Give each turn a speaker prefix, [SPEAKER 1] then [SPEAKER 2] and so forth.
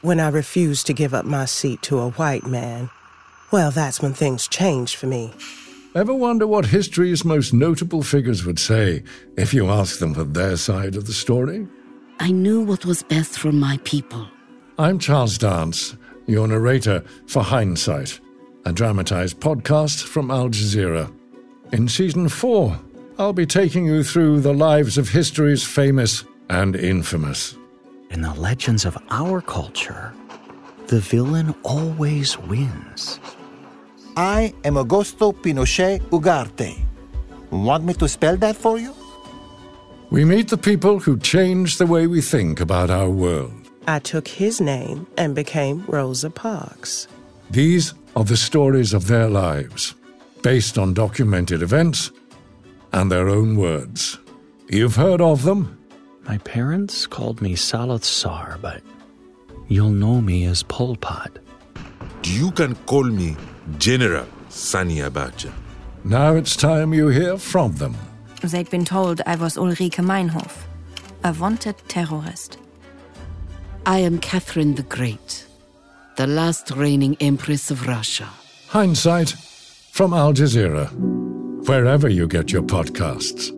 [SPEAKER 1] when I refused to give up my seat to a white man, well, that's when things changed for me.
[SPEAKER 2] Ever wonder what history's most notable figures would say if you asked them for their side of the story?
[SPEAKER 3] I knew what was best for my people.
[SPEAKER 2] I'm Charles Dance, your narrator for Hindsight, a dramatized podcast from Al Jazeera. In season four, I'll be taking you through the lives of history's famous and infamous.
[SPEAKER 4] In the legends of our culture, the villain always wins.
[SPEAKER 5] I am Augusto Pinochet Ugarte. Want me to spell that for you?
[SPEAKER 2] We meet the people who change the way we think about our world.
[SPEAKER 1] I took his name and became Rosa Parks.
[SPEAKER 2] These are the stories of their lives, based on documented events and their own words. You've heard of them?
[SPEAKER 4] My parents called me Salat Sar, but you'll know me as Pol Pot.
[SPEAKER 6] You can call me General Sani Abacha.
[SPEAKER 2] Now it's time you hear from them.
[SPEAKER 7] They'd been told I was Ulrike Meinhof, a wanted terrorist.
[SPEAKER 3] I am Catherine the Great, the last reigning empress of Russia.
[SPEAKER 2] Hindsight from Al Jazeera, wherever you get your podcasts.